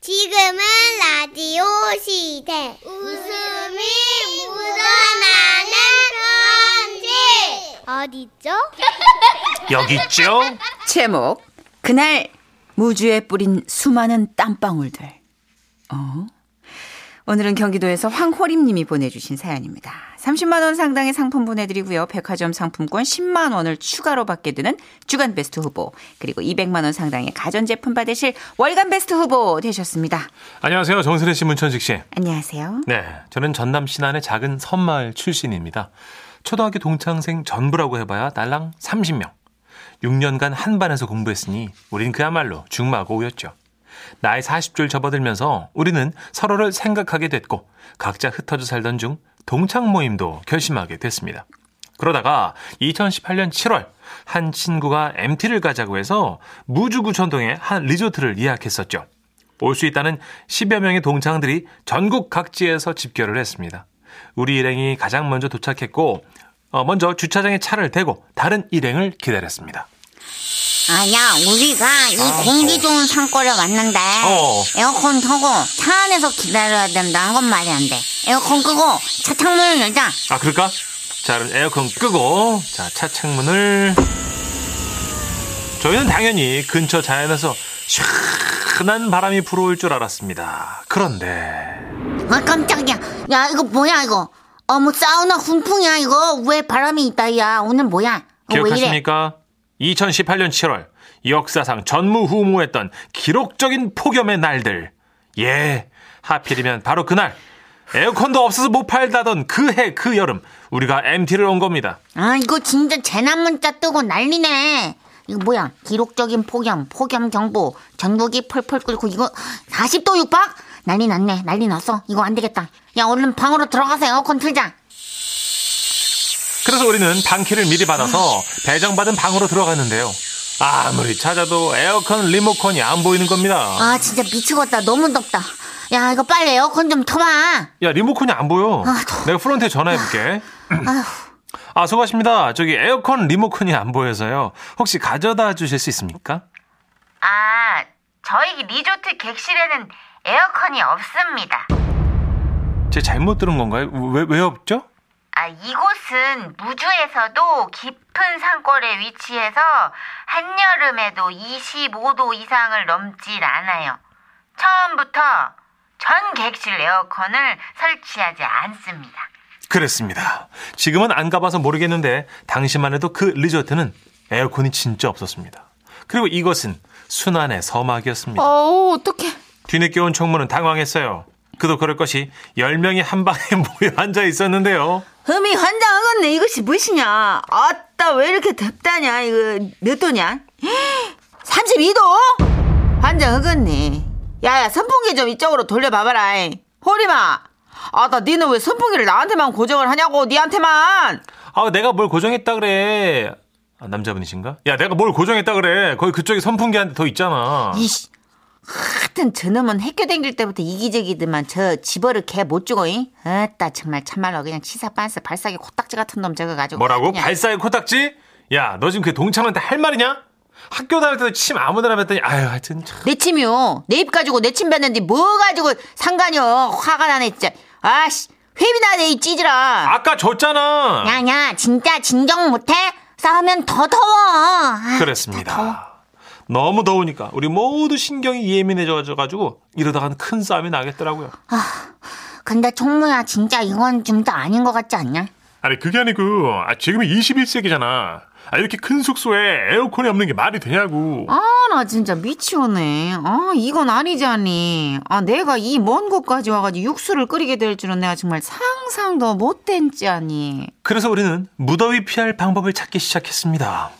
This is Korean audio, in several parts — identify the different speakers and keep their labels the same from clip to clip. Speaker 1: 지금은 라디오 시대. 웃음이 묻어나는 편지. 어디죠?
Speaker 2: 여기 있죠?
Speaker 3: 제목 그날 무주에 뿌린 수많은 땀방울들 어? 오늘은 경기도에서 황호림 님이 보내주신 사연입니다. 30만 원 상당의 상품 보내드리고요. 백화점 상품권 10만 원을 추가로 받게 되는 주간 베스트 후보 그리고 200만 원 상당의 가전제품 받으실 월간 베스트 후보 되셨습니다.
Speaker 2: 안녕하세요. 정선혜 씨, 문천식 씨.
Speaker 3: 안녕하세요.
Speaker 2: 네, 저는 전남 신안의 작은 섬마을 출신입니다. 초등학교 동창생 전부라고 해봐야 딸랑 30명. 6년간 한 반에서 공부했으니 우린 그야말로 중마고우였죠. 나이 40줄 접어들면서 우리는 서로를 생각하게 됐고 각자 흩어져 살던 중 동창 모임도 결심하게 됐습니다. 그러다가 2018년 7월 한 친구가 MT를 가자고 해서 무주구 천동의 한 리조트를 예약했었죠. 올 수 있다는 10여 명의 동창들이 전국 각지에서 집결을 했습니다. 우리 일행이 가장 먼저 도착했고 어, 먼저 주차장에 차를 대고 다른 일행을 기다렸습니다.
Speaker 4: 아야, 우리가 이 공기 좋은 산골에 왔는데
Speaker 1: 아,
Speaker 2: 어.
Speaker 4: 에어컨 켜고 차 안에서 기다려야 된다는 건 말이 안 돼. 에어컨 끄고 차 창문을 열자.
Speaker 2: 아 그럴까? 자 그럼 에어컨 끄고 자 차 창문을 저희는 당연히 근처 자연에서 시원한 바람이 불어올 줄 알았습니다. 그런데
Speaker 4: 아 깜짝이야. 야 이거 뭐야 이거? 어뭐 사우나 훈풍이야 이거? 왜 바람이 있다야? 오늘 뭐야? 어, 왜 이래?
Speaker 2: 기억하십니까? 2018년 7월 역사상 전무후무했던 기록적인 폭염의 날들. 예, 하필이면 바로 그날 에어컨도 없어서 못 팔다던 그 해 그 여름 우리가 MT를 온 겁니다.
Speaker 4: 아 이거 진짜 재난 문자 뜨고 난리네. 이거 뭐야? 기록적인 폭염, 폭염 경보, 전국이 펄펄 끓고 이거 40도 육박? 난리 났네, 난리 났어. 이거 안 되겠다. 야 얼른 방으로 들어가서 에어컨 틀자.
Speaker 2: 그래서 우리는 방키를 미리 받아서 배정받은 방으로 들어갔는데요. 아무리 찾아도 에어컨 리모컨이 안 보이는 겁니다.
Speaker 4: 아 진짜 미치겠다 너무 덥다 야 이거 빨리 에어컨 좀 켜봐
Speaker 2: 야 리모컨이 안 보여.
Speaker 4: 아, 더-
Speaker 2: 내가 프론트에 전화해볼게. 아 수고하십니다. 저기 에어컨 리모컨이 안 보여서요. 혹시 가져다 주실 수 있습니까?
Speaker 5: 아, 저희 리조트 객실에는 에어컨이 없습니다.
Speaker 2: 제가 잘못 들은 건가요? 왜, 왜 없죠?
Speaker 5: 아, 이곳은 무주에서도 깊은 산골에 위치해서 한여름에도 25도 이상을 넘질 않아요. 처음부터 전 객실 에어컨을 설치하지 않습니다.
Speaker 2: 그랬습니다. 지금은 안 가봐서 모르겠는데 당시만 해도 그 리조트는 에어컨이 진짜 없었습니다. 그리고 이것은 순환의 서막이었습니다.
Speaker 3: 어우 어떡해.
Speaker 2: 뒤늦게 온 총무는 당황했어요. 그도 그럴 것이 10명이 한 방에 모여 앉아 있었는데요.
Speaker 6: 흠이 환장하겠네. 이것이 무엇이냐. 아따, 왜 이렇게 덥다냐. 이거 몇 도냐? 32도? 환장하겠네. 야야, 선풍기 좀 이쪽으로 돌려봐봐라. 호리마. 아따, 니는 왜 선풍기를 나한테만 고정을 하냐고. 니한테만.
Speaker 2: 아, 내가 뭘 고정했다 그래. 아, 남자분이신가? 야, 내가 뭘 고정했다 그래. 거기 그쪽에 선풍기 한 대 더 있잖아.
Speaker 6: 이씨. 하여튼 저놈은 학교 댕길 때부터 이기적이더만 저 집어를 개 못 죽어잉? 아따 정말 참말로 그냥 치사 빤스 발사기 코딱지 같은 놈 저거가지고
Speaker 2: 뭐라고?
Speaker 6: 그냥.
Speaker 2: 발사의 코딱지? 야, 너 지금 그 동창한테 할 말이냐? 학교 다닐 때도 침 아무데나 뱉더니 아유, 하여튼 참.
Speaker 6: 내 침이요. 내 입 가지고 내 침 뱉는데 뭐 가지고 상관이요. 화가 나네 진짜. 아씨 회비 나네 이 찌질아.
Speaker 2: 아까 줬잖아.
Speaker 4: 야야 진짜 진정 못해? 싸우면 더 더워 아,
Speaker 2: 그랬습니다. 너무 더우니까 우리 모두 신경이 예민해져 가지고 이러다간 큰 싸움이 나겠더라고요.
Speaker 4: 근데 총무야 진짜 이건 좀 더 아닌 것 같지 않냐?
Speaker 7: 아니 그게 아니고 아, 지금이 21세기잖아. 아, 이렇게 큰 숙소에 에어컨이 없는 게 말이 되냐고.
Speaker 6: 아 나 진짜 미치겠네. 아 이건 아니잖니. 아 내가 이 먼 곳까지 와가지고 육수를 끓이게 될 줄은 내가 정말 상상도 못했지아니.
Speaker 2: 그래서 우리는 무더위 피할 방법을 찾기 시작했습니다.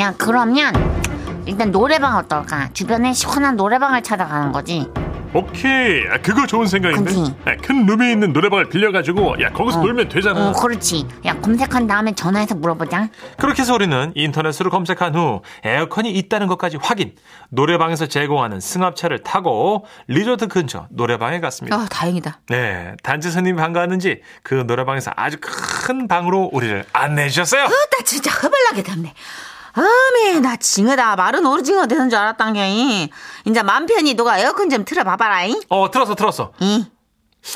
Speaker 4: 야 그러면 일단 노래방 어떨까? 주변에 시원한 노래방을 찾아가는 거지
Speaker 7: 오케이, 아, 그거 좋은 생각인데.
Speaker 4: 그치.
Speaker 7: 아, 큰 룸이 있는 노래방을 빌려가지고 야 거기서 놀면 되잖아.
Speaker 4: 어 그렇지 야 검색한 다음에 전화해서 물어보자
Speaker 2: 그렇게 해서 우리는 인터넷으로 검색한 후 에어컨이 있다는 것까지 확인. 노래방에서 제공하는 승합차를 타고 리조트 근처 노래방에
Speaker 4: 어.
Speaker 2: 갔습니다.
Speaker 6: 아 다행이다.
Speaker 2: 네, 단체 손님이 반가웠는지 그 노래방에서 아주 큰 방으로 우리를 안내해 주셨어요.
Speaker 6: 아따 진짜 허벌나게 덥네. 어메 나 징어다 마른 오징어 되는 줄 알았단겨이 이제 맘 편히 누가 에어컨 좀 틀어봐봐라잉
Speaker 2: 어, 들었어, 들었어.
Speaker 6: 이.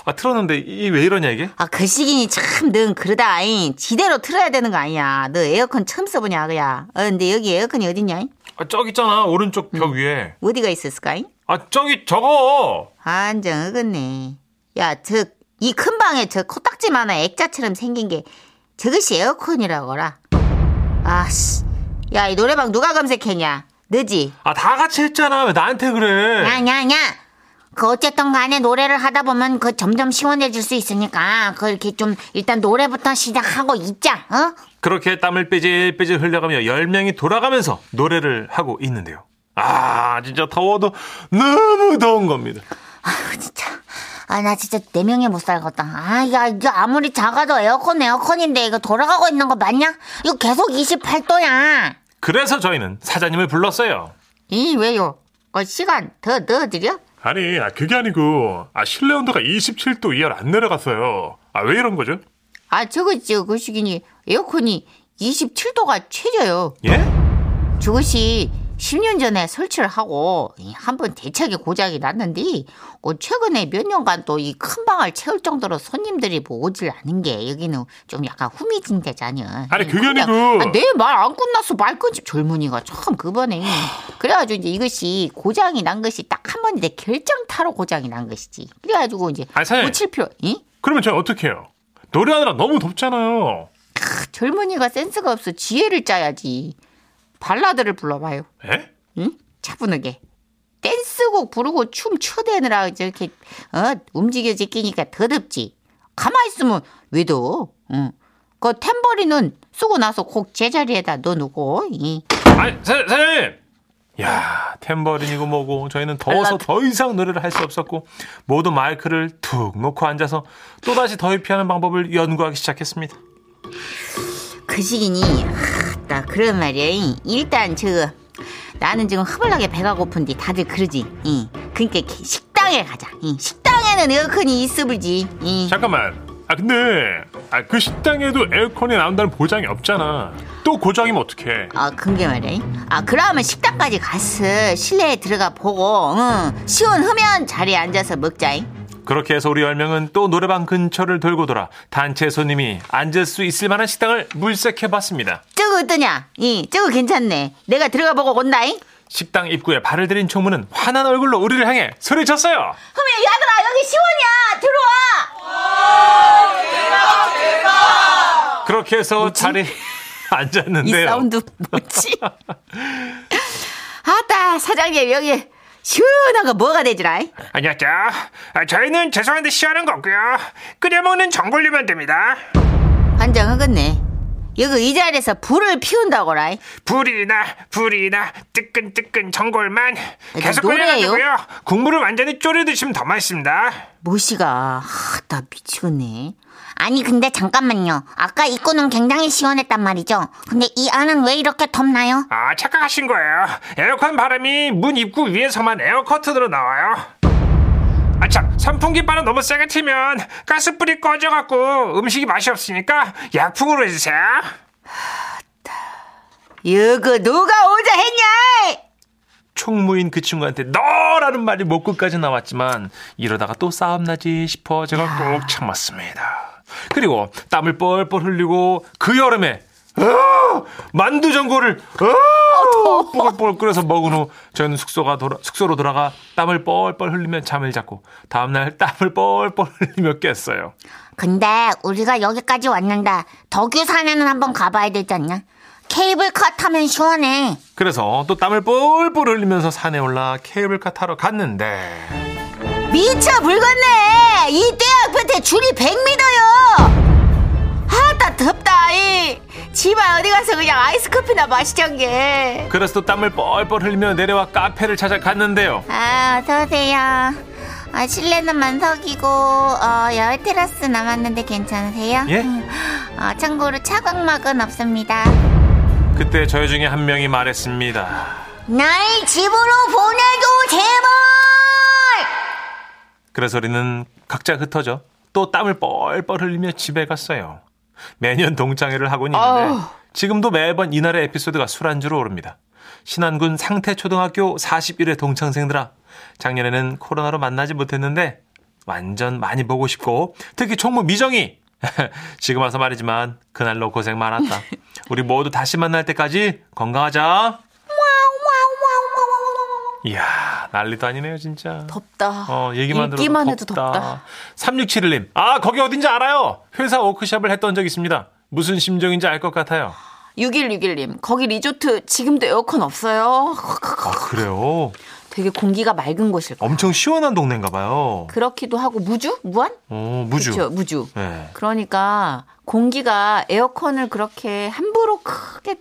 Speaker 2: 아, 들었는데, 이 왜 이러냐, 이게?
Speaker 6: 아, 그 시기니 참, 넌 그러다, 잉. 지대로 틀어야 되는 거 아니야. 너 에어컨 처음 써보냐, 그야. 어, 근데 여기 에어컨이 어딨냐, 잉?
Speaker 2: 아, 저기 있잖아, 오른쪽
Speaker 7: 음.
Speaker 2: 벽 위에.
Speaker 6: 어디가 있었을까, 잉?
Speaker 2: 아, 저기, 저거!
Speaker 6: 안정, 어긋네. 야, 저, 이 큰 방에 저 코딱지만한 액자처럼 생긴 게, 저것이 에어컨이라거라. 아, 씨. 야, 이 노래방 누가 검색했냐? 너지?
Speaker 2: 아, 다 같이 했잖아. 왜 나한테 그래?
Speaker 4: 야야야. 그 어쨌든 간에 노래를 하다 보면 그 점점 시원해질 수 있으니까 그 이렇게 좀 일단 노래부터 시작하고 있자. 어?
Speaker 2: 그렇게 땀을 삐질삐질 흘려가며 열명이 돌아가면서 노래를 하고 있는데요. 아, 진짜 더워도 너무 더운 겁니다.
Speaker 4: 진짜. 아, 나 진짜 네 명이 못 살겠다. 아, 야, 이거 아무리 작아도 에어컨 에어컨인데 이거 돌아가고 있는 거 맞냐? 이거 계속 28도야.
Speaker 2: 그래서 저희는 사장님을 불렀어요.
Speaker 6: 이, 왜요?
Speaker 4: 어,
Speaker 6: 그 시간 더 넣어드려?
Speaker 7: 아니, 아, 그게 아니고, 아, 실내 온도가 27도 이하로 안 내려갔어요. 아, 왜 이런 거죠?
Speaker 6: 아, 저거, 저, 그 시기니 에어컨이 27도가 최저요.
Speaker 2: 예?
Speaker 6: 저것이 10년 전에 설치를 하고 한 번 대책이 고장이 났는데 어, 최근에 몇 년간 또 이 큰 방을 채울 정도로 손님들이 뭐 오질 않은 게 여기는 좀 약간 후미진 데잖여.
Speaker 7: 아니, 그게
Speaker 6: 근데,
Speaker 7: 아니고.
Speaker 6: 아, 내말 안 끝났어 말 끊지 젊은이가 참 그번에 그래가지고 이제 이것이 고장이 난 것이 딱 한 번인데 결정타로 고장이 난 것이지. 그래가지고 이제
Speaker 2: 아니, 사장님.
Speaker 6: 고칠 필요. 이?
Speaker 7: 그러면 저희 어떻게 해요? 노래하느라 너무 덥잖아요.
Speaker 6: 크, 젊은이가 센스가 없어 지혜를 짜야지. 발라드를 불러봐요.
Speaker 7: 예?
Speaker 6: 응? 차분하게. 댄스곡 부르고 춤 춰대느라 이렇게 어, 움직여지 끼니까 더 덥지. 가만히 있으면 왜 더? 응. 그 탬버리는 쓰고 나서 곡 제자리에다 넣어놓고 이.
Speaker 2: 아니, 사- 사장님! 야 탬버린이고 뭐고 저희는
Speaker 7: 아,
Speaker 2: 더워서 더 이상 노래를 할 수 없었고 모두 마이크를 툭 놓고 앉아서 또다시 더위 피하는 방법을 연구하기 시작했습니다.
Speaker 6: 그 시기니 아따 그런 말이야 이. 일단 저 나는 지금 허벌나게 배가 고픈데 다들 그러지 이. 그러니까 기- 식당에 가자 이. 식당에는 에어컨이 있어불지 이.
Speaker 7: 잠깐만. 아, 근데, 아, 그 식당에도 에어컨이 나온다는 보장이 없잖아. 또 고장이면 어떡해.
Speaker 6: 아, 그게 말이야. 아, 그러면 식당까지 갔어. 실내에 들어가 보고, 응. 시원하면 자리에 앉아서 먹자잉.
Speaker 2: 그렇게 해서 우리 열명은또 노래방 근처를 돌고 돌아 단체 손님이 앉을 수 있을 만한 식당을 물색해봤습니다.
Speaker 6: 저거 어떠냐? 이, 저거 괜찮네. 내가 들어가 보고 온다잉.
Speaker 2: 식당 입구에 발을 들인 총무는 화난 얼굴로 우리를 향해 소리쳤어요.
Speaker 6: 그러면 얘들아, 여기 시원이야. 들어와.
Speaker 2: 그렇게 해서 자리에
Speaker 3: 이
Speaker 2: 앉았는데요.
Speaker 3: 사운드 뭐지?
Speaker 6: 아따, 사장님, 여기 시원한 거 뭐가 되지라잉?
Speaker 7: 안녕하세요. 아, 저희는 죄송한데 시원한 거 없고요. 끓여먹는 전골리면 됩니다.
Speaker 6: 환장하겠네. 여기 이 자리에서 불을 피운다고라잉.
Speaker 7: 불이나 불이나 뜨끈뜨끈 전골만 계속
Speaker 6: 아, 노래예요?
Speaker 7: 끓여가지고요. 국물을 완전히 졸여 드시면 더 맛있습니다.
Speaker 6: 뭐시가. 아따, 미치겠네.
Speaker 4: 아니, 근데 잠깐만요. 아까 입구는 굉장히 시원했단 말이죠. 근데 이 안은 왜 이렇게 덥나요?
Speaker 7: 아 착각하신 거예요. 에어컨 바람이 문 입구 위에서만 에어커튼으로 나와요. 아참 선풍기 바람 너무 세게 틀면 가스불이 꺼져갖고 음식이 맛이 없으니까 약풍으로 해주세요.
Speaker 6: 여거 누가 오자 했냐?
Speaker 2: 총무인 그 친구한테 너라는 말이 뭐 목끝까지 나왔지만 이러다가 또 싸움 나지 싶어 제가 꼭 참았습니다. 그리고 땀을 뻘뻘 흘리고 그 여름에 어! 만두 전골을 어! 뽀글뽀글 끓여서 먹은 후 저는 숙소가 돌아, 숙소로 돌아가 땀을 뻘뻘 흘리며 잠을 잤고 다음날 땀을 뻘뻘 흘리며 깼어요.
Speaker 4: 근데 우리가 여기까지 왔는데 덕유산에는 한번 가봐야 되지 않냐? 케이블카 타면 시원해.
Speaker 2: 그래서 또 땀을 뻘뻘 흘리면서 산에 올라 케이블카 타러 갔는데
Speaker 6: 미쳐 불겠네 이때 아파트 줄이 100미터요 아따 덥다 이 집에 어디 가서 그냥 아이스커피나 마시자게
Speaker 2: 그래서 또 땀을 뻘뻘 흘리며 내려와 카페를 찾아갔는데요.
Speaker 4: 아, 어서오세요. 아, 실내는 만석이고, 어, 열 테라스 남았는데 괜찮으세요?
Speaker 2: 예?
Speaker 4: 어, 참고로 차광막은 없습니다.
Speaker 2: 그때 저희 중에 한 명이 말했습니다.
Speaker 4: 날 집으로 보내줘, 제발!
Speaker 2: 그래서 우리는 각자 흩어져 또 땀을 뻘뻘 흘리며 집에 갔어요. 매년 동창회를 하고는 있는데 지금도 매번 이날의 에피소드가 술안주로 오릅니다. 신안군 상태초등학교 41회 동창생들아, 작년에는 코로나로 만나지 못했는데 완전 많이 보고 싶고 특히 총무 미정이 지금 와서 말이지만 그날로 고생 많았다. 우리 모두 다시 만날 때까지 건강하자. 이야 난리도 아니네요 진짜.
Speaker 3: 덥다.
Speaker 2: 어, 얘기만 들어도
Speaker 3: 읽기만
Speaker 2: 덥다.
Speaker 3: 아, 해도 덥다.
Speaker 2: 3671님. 아, 거기 어딘지 알아요. 회사 워크숍을 했던 적 있습니다. 무슨 심정인지 알 것 같아요.
Speaker 3: 6161님, 거기 리조트 지금도 에어컨 없어요.
Speaker 2: 아, 그래요?
Speaker 3: 되게 공기가 맑은 곳일 거예요.
Speaker 2: 엄청 시원한 동네인가 봐요.
Speaker 3: 그렇기도 하고 무주? 무한?
Speaker 2: 어, 무주.
Speaker 3: 그쵸, 무주.
Speaker 2: 네.
Speaker 3: 그러니까 공기가 에어컨을 그렇게 함부로 크게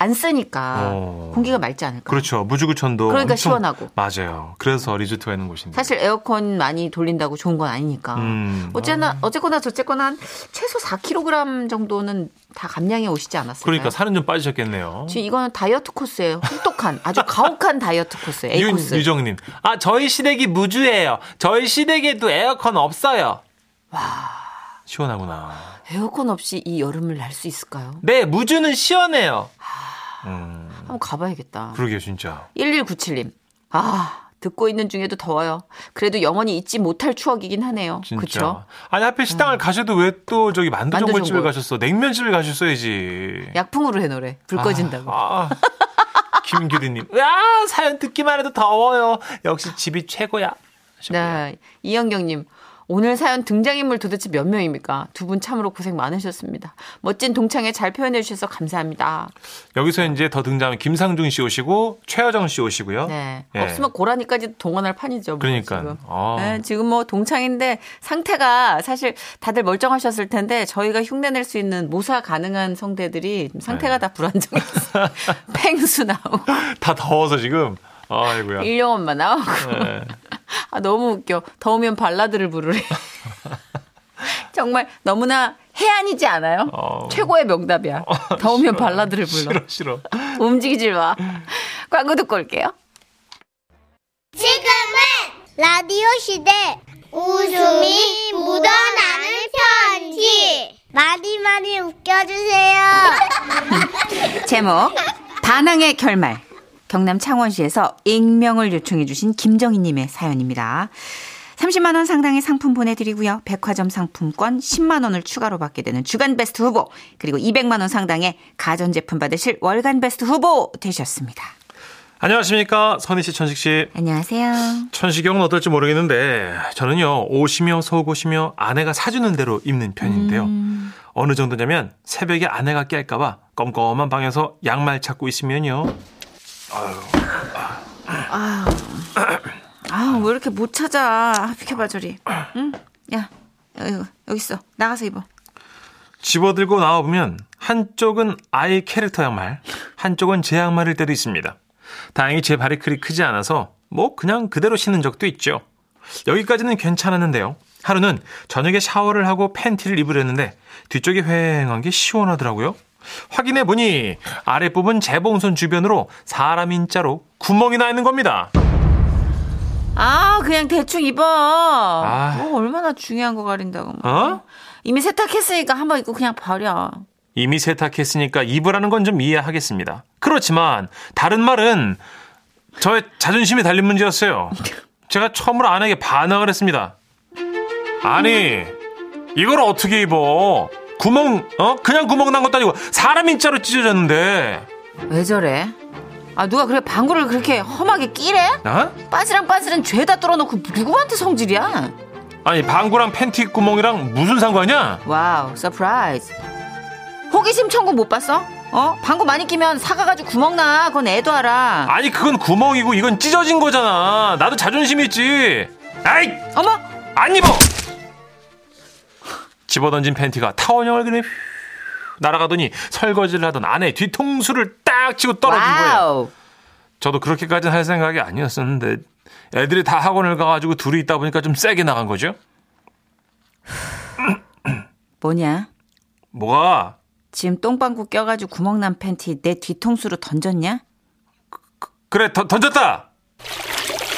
Speaker 3: 안 쓰니까
Speaker 2: 어.
Speaker 3: 공기가 맑지 않을까.
Speaker 2: 그렇죠. 무주구천도.
Speaker 3: 그러니까
Speaker 2: 엄청-
Speaker 3: 시원하고.
Speaker 2: 맞아요. 그래서 리조트가 있는 곳인데.
Speaker 3: 사실 뭐 에어컨 많이 돌린다고 좋은 건 아니니까.
Speaker 2: 음.
Speaker 3: 어쨌나 어쨌거나 저쨌거나 한 최소 4kg 정도는 다 감량해 오시지 않았을까요?
Speaker 2: 그러니까 살은 좀 빠지셨겠네요.
Speaker 3: 네. 지금 이거는 다이어트 코스예요. 혹독한 아주 가혹한 다이어트 코스예요. A 코스.
Speaker 2: 윤유정님. 아, 저희 시댁이 무주예요. 저희 시댁에도 에어컨 없어요. 와. 시원하구나.
Speaker 3: 에어컨 없이 이 여름을 날 수 있을까요?
Speaker 2: 네, 무주는 시원해요.
Speaker 3: 한번 가봐야겠다.
Speaker 2: 그러게요, 진짜.
Speaker 3: 1197님. 아, 듣고 있는 중에도 더워요. 그래도 영원히 잊지 못할 추억이긴 하네요.
Speaker 2: 진짜.
Speaker 3: 그렇죠?
Speaker 2: 아니 하필 식당을 가셔도 왜 또 저기 음. 만두전골집을
Speaker 3: 만두전골.
Speaker 2: 가셨어? 냉면집을 가셨어야지.
Speaker 3: 약풍으로 해 노래. 불 꺼진다고.
Speaker 2: 아, 아. 김규리님. 야 사연 듣기만 해도 더워요. 역시 집이 최고야. 하셨고요.
Speaker 3: 네. 이영경님. 오늘 사연 등장인물 도대체 몇 명입니까? 두 분 참으로 고생 많으셨습니다. 멋진 동창회 잘 표현해 주셔서 감사합니다.
Speaker 2: 여기서 이제 더 등장하면 김상중 씨 오시고 최여정 씨 오시고요.
Speaker 3: 네.
Speaker 2: 예.
Speaker 3: 없으면 고라니까지 동원할 판이죠. 뭐
Speaker 2: 그러니까.
Speaker 3: 지금.
Speaker 2: 아.
Speaker 3: 네, 지금 뭐 동창인데 상태가 사실 다들 멀쩡하셨을 텐데 저희가 흉내낼 수 있는 모사 가능한 성대들이 지금
Speaker 2: 네.
Speaker 3: 상태가 다 불안정했어요. 팽수 나오고
Speaker 2: 다 더워서 지금. 아이고야.
Speaker 3: 일용원만 나오고
Speaker 2: 네.
Speaker 3: 아, 너무 웃겨. 더우면 발라드를 부르래. 정말 너무나 해안이지 않아요?
Speaker 2: 어.
Speaker 3: 최고의 명답이야. 더우면 발라드를 불러.
Speaker 2: 싫어 싫어.
Speaker 3: 움직이질 마. 광고 듣고 올게요.
Speaker 1: 지금은 라디오 시대 웃음이 묻어나는 편지 많이 많이 웃겨주세요
Speaker 3: 제목 반항의 결말 경남 창원시에서 익명을 요청해 주신 김정희 님의 사연입니다. 30만 원 상당의 상품 보내드리고요. 백화점 상품권 10만 원을 추가로 받게 되는 주간 베스트 후보 그리고 200만 원 상당의 가전제품 받으실 월간 베스트 후보 되셨습니다.
Speaker 2: 안녕하십니까 선희 씨, 천식 씨.
Speaker 3: 안녕하세요.
Speaker 2: 천식형은 어떨지 모르겠는데 저는요 옷이며 속옷이며 아내가 사주는 대로 입는 편인데요. 어느 정도냐면 새벽에 아내가 깰까봐 껌껌한 방에서 양말 찾고 있으면요.
Speaker 3: 아왜 이렇게 못 찾아? 아, 비켜봐 저리. 응? 야 여기, 여기 있어. 나가서 입어.
Speaker 2: 집어들고 나와보면 한쪽은 아이 캐릭터 양말, 한쪽은 제 양말일 때도 있습니다. 다행히 제 발이 그리 크지 않아서 뭐 그냥 그대로 신은 적도 있죠. 여기까지는 괜찮았는데요. 하루는 저녁에 샤워를 하고 팬티를 입으려는데 뒤쪽이 휑한 게 시원하더라고요. 확인해 보니 아랫부분 재봉선 주변으로 사람 인자로 구멍이 나 있는 겁니다.
Speaker 3: 아 그냥 대충 입어.
Speaker 2: 아.
Speaker 3: 뭐 얼마나 중요한 거 가린다고. 뭐.
Speaker 2: 어?
Speaker 3: 이미 세탁했으니까 한번 입고 그냥 버려.
Speaker 2: 이미 세탁했으니까 입으라는 건 좀 이해하겠습니다. 그렇지만 다른 말은 저의 자존심이 달린 문제였어요. 제가 처음으로 아내에게 반항을 했습니다. 아니 이걸 어떻게 입어? 구멍 어 그냥 구멍 난 것도 아니고 사람 인자로 찢어졌는데
Speaker 3: 왜 저래? 아 누가 그래 방구를 그렇게 험하게 끼래?
Speaker 2: 어?
Speaker 3: 빠지랑 빠지랑 죄다 뚫어놓고 누구한테 성질이야?
Speaker 2: 아니 방구랑 팬티 구멍이랑 무슨 상관이야?
Speaker 3: 와우 서프라이즈 호기심 천국 못 봤어? 어? 방구 많이 끼면 사가가지고 구멍나 그건 애도 알아
Speaker 2: 아니 그건 구멍이고 이건 찢어진 거잖아. 나도 자존심 있지. 아이
Speaker 3: 어머
Speaker 2: 안 입어! 집어던진 팬티가 타원형을 그냥 휘- 날아가더니 설거지를 하던 아내 뒤통수를 딱 치고 떨어진 거예요.
Speaker 3: 와우
Speaker 2: 저도 그렇게까지는 할 생각이 아니었었는데 애들이 다 학원을 가가지고 둘이 있다 보니까 좀 세게 나간 거죠.
Speaker 3: 뭐냐
Speaker 2: 뭐가
Speaker 3: 지금 똥방구 껴가지고 구멍난 팬티 내 뒤통수로 던졌냐?
Speaker 2: 그래 던- 던졌다.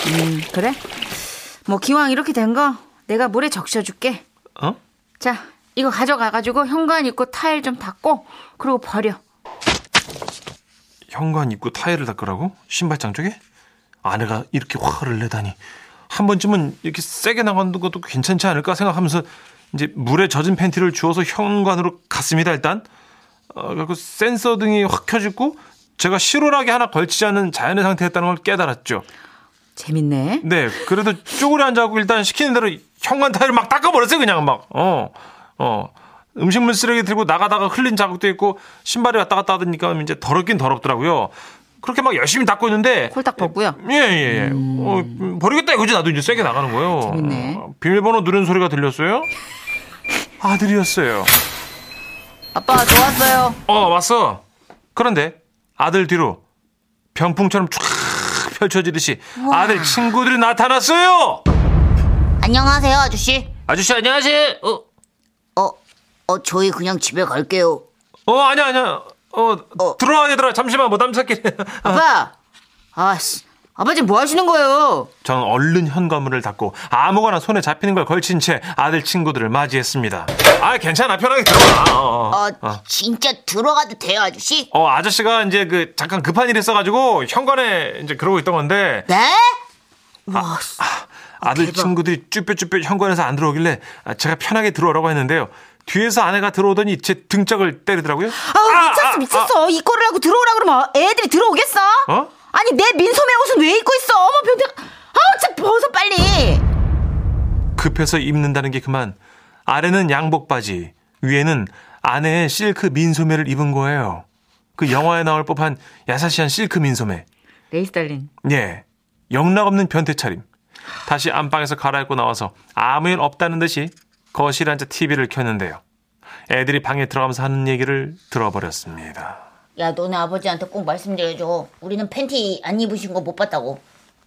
Speaker 3: 음 그래? 뭐 기왕 이렇게 된 거 내가 모래 적셔줄게
Speaker 2: 어?
Speaker 3: 자, 이거 가져가가지고 현관 입고 타일 좀 닦고, 그리고 버려.
Speaker 2: 현관 입구 타일을 닦으라고? 신발장 쪽에? 아내가 이렇게 화를 내다니. 한 번쯤은 이렇게 세게 나가는 것도 괜찮지 않을까 생각하면서 이제 물에 젖은 팬티를 주워서 현관으로 갔습니다, 일단. 어, 그리고 센서 등이 확 켜지고 제가 실오라기 하나 걸치지 않은 자연의 상태였다는 걸 깨달았죠.
Speaker 3: 재밌네.
Speaker 2: 네, 그래도 쪼그려 앉아고 일단 시키는 대로 현관 타일을 막 닦아버렸어요, 그냥 막. 어, 어. 음식물 쓰레기 들고 나가다가 흘린 자국도 있고 신발이 왔다 갔다 하니까 이제 더럽긴 더럽더라고요. 그렇게 막 열심히 닦고 있는데
Speaker 3: 홀딱 벗고요.
Speaker 2: 예, 예, 예. 어, 음, 버리겠다 이거지 나도 이제 세게 나가는 거예요.
Speaker 3: 재밌네.
Speaker 2: 어, 비밀번호 누른 소리가 들렸어요? 아들이었어요.
Speaker 3: 아빠 좋았어요.
Speaker 2: 어, 왔어. 그런데 아들 뒤로 병풍처럼 쫙 펼쳐지듯이 아들 친구들이 나타났어요.
Speaker 4: 안녕하세요, 아저씨.
Speaker 2: 아저씨 안녕하세요. 어,
Speaker 4: 어, 어, 저희 그냥 집에 갈게요.
Speaker 2: 어 아니야 아니야. 어, 들어와 얘들아 잠시만 뭐 담쌓기.
Speaker 6: 아빠!
Speaker 2: 어.
Speaker 6: 아씨, 아빠 지금 뭐 하시는 거예요?
Speaker 2: 저는 얼른 현관문을 닫고 아무거나 손에 잡히는 걸 걸친 채 아들 친구들을 맞이했습니다. 아 괜찮아 편하게 들어와. 어, 어.
Speaker 4: 아, 진짜 들어가도 돼요, 아저씨?
Speaker 2: 어, 아저씨가 이제 그 잠깐 급한 일이 있어가지고 현관에 이제 그러고 있던 건데
Speaker 4: 네?
Speaker 2: 아들 친구들이 쭈뼛쭈뼛 현관에서 안 들어오길래 아, 제가 편하게 들어오라고 했는데요. 뒤에서 아내가 들어오더니 제 등짝을 때리더라고요.
Speaker 6: 아우, 미쳤어, 미쳤어. 이 꼴을 하고 들어오라 그러면 애들이 들어오겠어?
Speaker 2: 어?
Speaker 6: 아니, 내 민소매 옷은 왜 입고 있어? 어머, 변태. 아우, 진짜 벗어, 빨리.
Speaker 2: 급해서 입는다는 게 그만 아래는 양복 바지 위에는 아내의 실크 민소매를 입은 거예요. 그 영화에 나올 법한 야사시한 실크 민소매.
Speaker 3: 레이스 달린.
Speaker 2: 예. 영락 없는 변태 차림. 다시 안방에서 갈아입고 나와서 아무 일 없다는 듯이 거실에 앉아 TV를 켰는데요. 애들이 방에 들어가면서 하는 얘기를 들어버렸습니다.
Speaker 4: 야, 너네 아버지한테 꼭 말씀드려줘. 우리는 팬티 안 입으신 거 못 봤다고.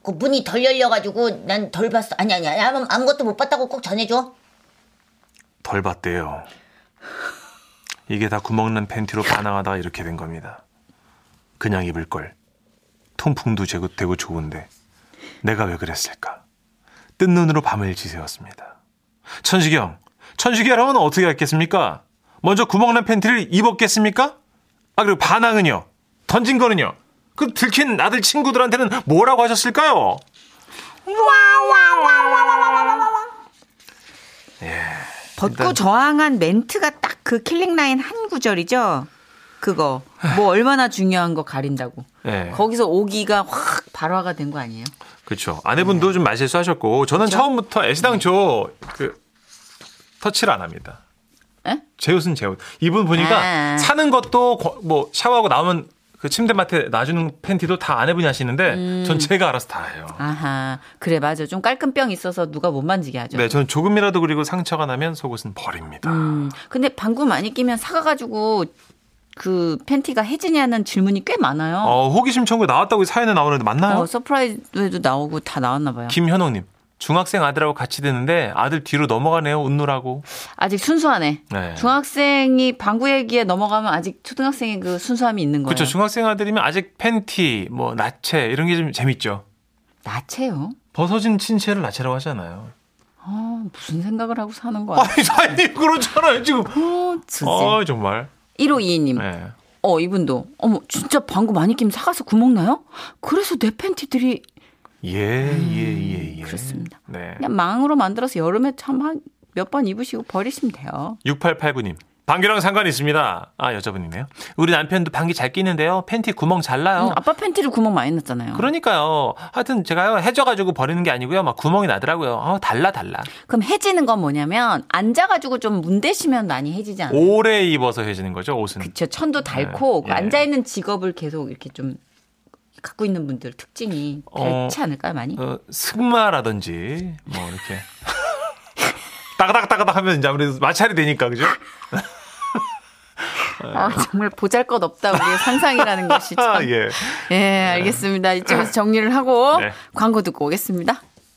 Speaker 4: 그 문이 덜 열려가지고 난 덜 봤어. 아니, 아니, 아니, 아무- 아무것도 못 봤다고 꼭 전해줘.
Speaker 2: 덜 봤대요. 이게 다 구멍난 팬티로 반항하다가 이렇게 된 겁니다. 그냥 입을 걸. 통풍도 제거- 되고 좋은데 내가 왜 그랬을까? 뜬 눈으로 밤을 지새웠습니다. 천식이 형, 천식이 형은 어떻게 했겠습니까? 먼저 구멍난 팬티를 입었겠습니까? 아 그리고 반항은요? 던진 거는요? 그 들킨 아들 친구들한테는 뭐라고 하셨을까요?
Speaker 3: 벗고 저항한 멘트가 딱 그 킬링 라인 한 구절이죠. 그거 뭐 얼마나 중요한 거 가린다고.
Speaker 2: 예.
Speaker 3: 거기서 오기가 확 발화가 된 거 아니에요?
Speaker 2: 그렇죠. 아내분도 좀 말실수 하셨고 저는 처음부터 애시당초 그 터치를 안 합니다.
Speaker 3: 에?
Speaker 2: 제 옷은 제 옷. 이분 보니까
Speaker 3: 아.
Speaker 2: 사는 것도 거- 뭐 샤워하고 나오면 그 침대맡에 놔주는 팬티도 다 아내분이 하시는데 전 제가 알아서 다 해요.
Speaker 3: 아하 그래 맞아 좀 깔끔병 있어서 누가 못 만지게 하죠.
Speaker 2: 네, 저는 조금이라도 그리고 상처가 나면 속옷은 버립니다.
Speaker 3: 음, 근데 방구 많이 끼면 사가가지고 그 팬티가 해지냐는 질문이 꽤 많아요.
Speaker 2: 어, 호기심 청구 나왔다고 사연에 나오는데 맞나요?
Speaker 3: 어, 서프라이즈도 나오고 다 나왔나 봐요.
Speaker 2: 김현옥님. 중학생 아들하고 같이 듣는데 아들 뒤로 넘어가네요. 웃느라고.
Speaker 3: 아직 순수하네.
Speaker 2: 네.
Speaker 3: 중학생이 방구 얘기에 넘어가면 아직 초등학생의 그 순수함이 있는 거예요.
Speaker 2: 그렇죠. 중학생 아들이면 아직 팬티, 뭐 나체 이런 게 좀 재밌죠.
Speaker 3: 나체요?
Speaker 2: 벗어진 신체를 나체라고 하잖아요.
Speaker 3: 아, 무슨 생각을 하고 사는 거야?
Speaker 2: 아니 사장님 그렇잖아요 지금.
Speaker 3: 어, 진짜.
Speaker 2: 아 정말.
Speaker 3: 1522님.
Speaker 2: 네.
Speaker 3: 어, 이분도. 어머, 진짜 방구 많이 끼면 사가서 구멍 나요? 그래서 내 팬티들이
Speaker 2: 예, 예예예 예, 예.
Speaker 3: 음, 그렇습니다.
Speaker 2: 네.
Speaker 3: 그냥 망으로 만들어서 여름에 참 한 몇 번 입으시고 버리시면 돼요.
Speaker 2: 6889님. 방귀랑 상관이 있습니다. 아 여자분이네요. 우리 남편도 방귀 잘 끼는데요. 팬티 구멍 잘 나요.
Speaker 3: 음, 아빠 팬티를 구멍 많이 났잖아요.
Speaker 2: 어. 그러니까요. 하여튼 제가요 해져가지고 버리는 게 아니고요. 막 구멍이 나더라고요. 아 달라 달라.
Speaker 3: 그럼 해지는 건 뭐냐면 앉아가지고 좀 문대시면 많이 해지지 않아요?
Speaker 2: 오래 입어서 해지는 거죠 옷은.
Speaker 3: 그쵸 천도 닳고
Speaker 2: 네.
Speaker 3: 그
Speaker 2: 예.
Speaker 3: 앉아있는 직업을 계속 이렇게 좀 갖고 있는 분들 특징이
Speaker 2: 어,
Speaker 3: 닳지 않을까요 많이?
Speaker 2: 어, 승마라든지 뭐 이렇게 따가닥따가닥 하면 이제 아무래도 마찰이 되니까 그죠?
Speaker 3: 아, 정말 보잘것없다 우리의 상상이라는 것이 아, 참.
Speaker 2: 예.
Speaker 3: 예 알겠습니다 이쯤에서 정리를 하고
Speaker 2: 네.
Speaker 3: 광고 듣고 오겠습니다.